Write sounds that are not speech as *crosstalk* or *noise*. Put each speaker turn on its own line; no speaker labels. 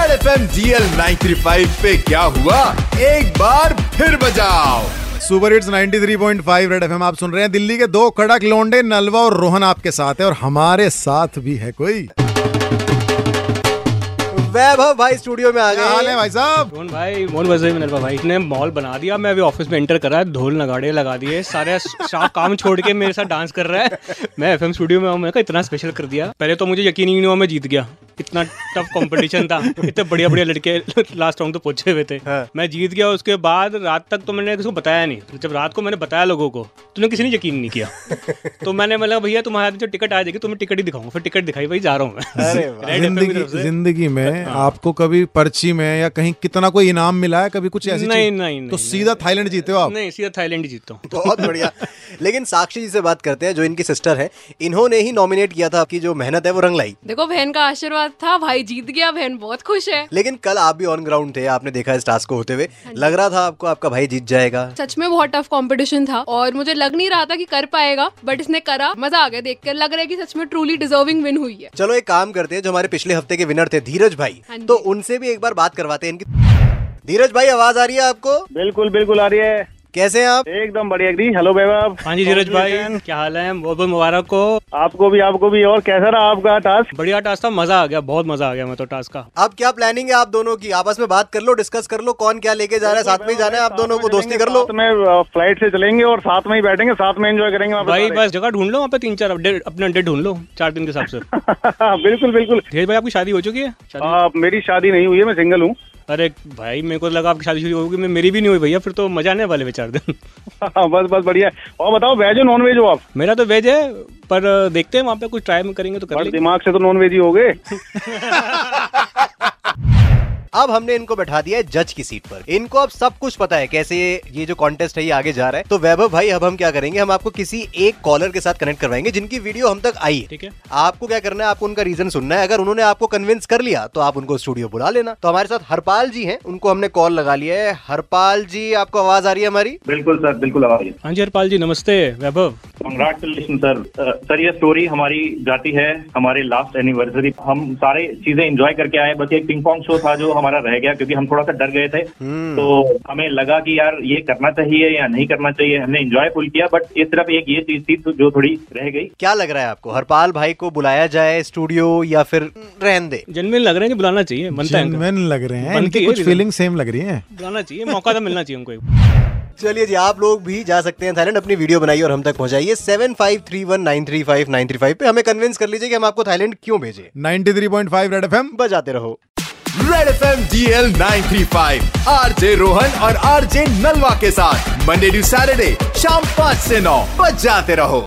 सी L nine पे क्या हुआ एक बार फिर बजाओ
सुपर हिट्स 93.5 रेड एफएम आप सुन रहे हैं दिल्ली के दो कड़क लौंडे नलवा और रोहन आपके साथ है और हमारे साथ भी है कोई
वैभव भाई स्टूडियो में आ
क्या हाल है
गए
भाई साहब
मोहन भाई मोहन वजह में भाई ने मॉल बना दिया मैं अभी ऑफिस में एंटर कर रहा है ढोल नगाड़े लगा दिए सारे स्टाफ काम छोड़ के मेरे साथ डांस कर रहा है मैं एफएम स्टूडियो में हूँ मैंने कहा इतना स्पेशल कर दिया पहले तो मुझे यकीन ही नहीं हुआ मैं जीत गया इतना टफ कंपटीशन था इतने बढ़िया बढ़िया लड़के लास्ट राउंड तो पहुंचे हुए थे मैं जीत गया उसके बाद रात तक तो मैंने किसी को बताया नहीं जब रात को मैंने बताया लोगों को तुमने किसी ने यकीन नहीं किया तो मैंने मतलब भैया तुम्हारे हाथ में जो टिकट आ जाएगी तुम्हें टिकट ही दिखाऊंगा फिर टिकट दिखाई भाई जा रहा हूँ मैं
अरे वाह।
Red FM की
जिंदगी
तरफ से। हाँ।
जिंदगी में आपको कभी पर्ची में या कहीं कितना कोई इनाम मिला है कभी कुछ ऐसी
नहीं,
चीज?
नहीं, नहीं,
तो
नहीं।
सीधा थाईलैंड जीते हो आप
नहीं सीधा थाईलैंड ही जीतता हूँ
बहुत बढ़िया लेकिन साक्षी जी से बात करते हैं जो इनकी सिस्टर है इन्होंने ही नॉमिनेट किया था आपकी जो मेहनत है वो रंग लाई
देखो बहन का आशीर्वाद था भाई जीत गया बहन बहुत खुश है
लेकिन कल आप भी ऑन ग्राउंड थे आपने देखा इस टास्क को होते हुए
हाँ
लग रहा था आपको आपका भाई जीत जाएगा
सच में बहुत टफ कंपटीशन था और मुझे लग नहीं रहा था कि कर पाएगा बट इसने करा मजा आ गया देखकर लग रहा है कि सच में ट्रूली डिजर्विंग विन हुई है
चलो एक काम करते हैं जो हमारे पिछले हफ्ते के विनर थे धीरज भाई
हाँ जी।
तो उनसे भी एक बार बात करवाते हैं इनकी धीरज भाई आवाज आ रही है आपको
बिल्कुल बिल्कुल आ रही है
कैसे हैं आप
एकदम बढ़िया जी हेलो वैभव
हाँ जी धीरज भाई क्या हाल है बहुत बहुत मुबारक को
आपको भी आपको भी और कैसा रहा आपका हाँ, टास्क
बढ़िया टास्क था मजा आ गया बहुत मजा आ गया मैं तो टास्क का
अब क्या प्लानिंग है आप दोनों की आपस में बात कर लो डिस्कस कर लो कौन क्या लेके जा रहा है साथ में ही जाना है आप दोनों को दोस्ती कर लो
साथ में फ्लाइट से चलेंगे और साथ में ही बैठेंगे साथ में एंजॉय करेंगे वहाँ पे
भाई
सारे।
बस जगह ढूंढ लो वहाँ पे तीन चार अपडेट अपने अड्डे ढूंढ लो चार दिन के हिसाब से
*laughs* *laughs* बिल्कुल बिल्कुल
धीरज भाई आपकी शादी हो चुकी है शादी
आ, मेरी शादी नहीं हुई है मैं सिंगल हूँ *laughs*
अरे भाई मेरे को तो लगा आपकी शादी शुरू होगी मैं मेरी भी नहीं हुई भैया फिर तो मजा आने वाले हुए चार दिन *laughs*
बस बस बढ़िया और बताओ वेज हो नॉन वेज हो आप
मेरा तो वेज है पर अ, देखते हैं वहाँ पे कुछ ट्राई करेंगे तो कर
बड़े
लेंगे
दिमाग से तो नॉन वेज ही हो गए
अब हमने इनको बैठा दिया है जज की सीट पर इनको अब सब कुछ पता है कैसे ये ये जो कॉन्टेस्ट है ये आगे जा रहा है तो वैभव भाई अब हम क्या करेंगे हम आपको किसी एक कॉलर के साथ कनेक्ट करवाएंगे जिनकी वीडियो हम तक आई
ठीक है।
आपको क्या करना है आपको उनका रीजन सुनना है अगर उन्होंने आपको कन्विंस कर लिया तो आप उनको स्टूडियो बुला लेना तो हमारे साथ हरपाल जी हैं उनको हमने कॉल लगा लिया है हरपाल जी आपको आवाज आ रही है हमारी
बिल्कुल सर बिल्कुल आवाज
हाँ जी हरपाल जी नमस्ते Vaibhav
congratulation sir uh, sir Uh, ये स्टोरी हमारी जाती है हमारे लास्ट एनिवर्सरी हम सारे चीजें एंजॉय करके आए बस एक पिंग पॉन्ग शो था जो हमारा रह गया क्योंकि हम थोड़ा सा डर गए थे तो हमें लगा कि यार ये करना चाहिए या नहीं करना चाहिए हमने एंजॉय फुल किया बट इस तरफ एक ये चीज थी तो जो थोड़ी रह गई
क्या लग रहा है आपको हरपाल भाई को बुलाया जाए स्टूडियो या फिर रहन दे
जनमिन लग रहे हैं कि बुलाना चाहिए बनता है उनका।
जेन्युइन लग रहे हैं
बनती
इनकी
है
कुछ
reason।
फीलिंग सेम लग रही है
बुलाना चाहिए मौका तो मिलना चाहिए उनको एक।
चलिए जी आप लोग भी जा सकते हैं थाईलैंड अपनी वीडियो बनाइए और हम तक पहुंचाइए seven five three one nine three five nine three five पे हमें कन्विंस कर लीजिए कि हम आपको थाईलैंड क्यों भेजे
93.5 रेड एफएम
बजाते रहो
red F M D L nine three five RJ Rohan और आरजे नलवा के साथ मंडे टू सैटरडे शाम पाँच से नौ बज जाते रहो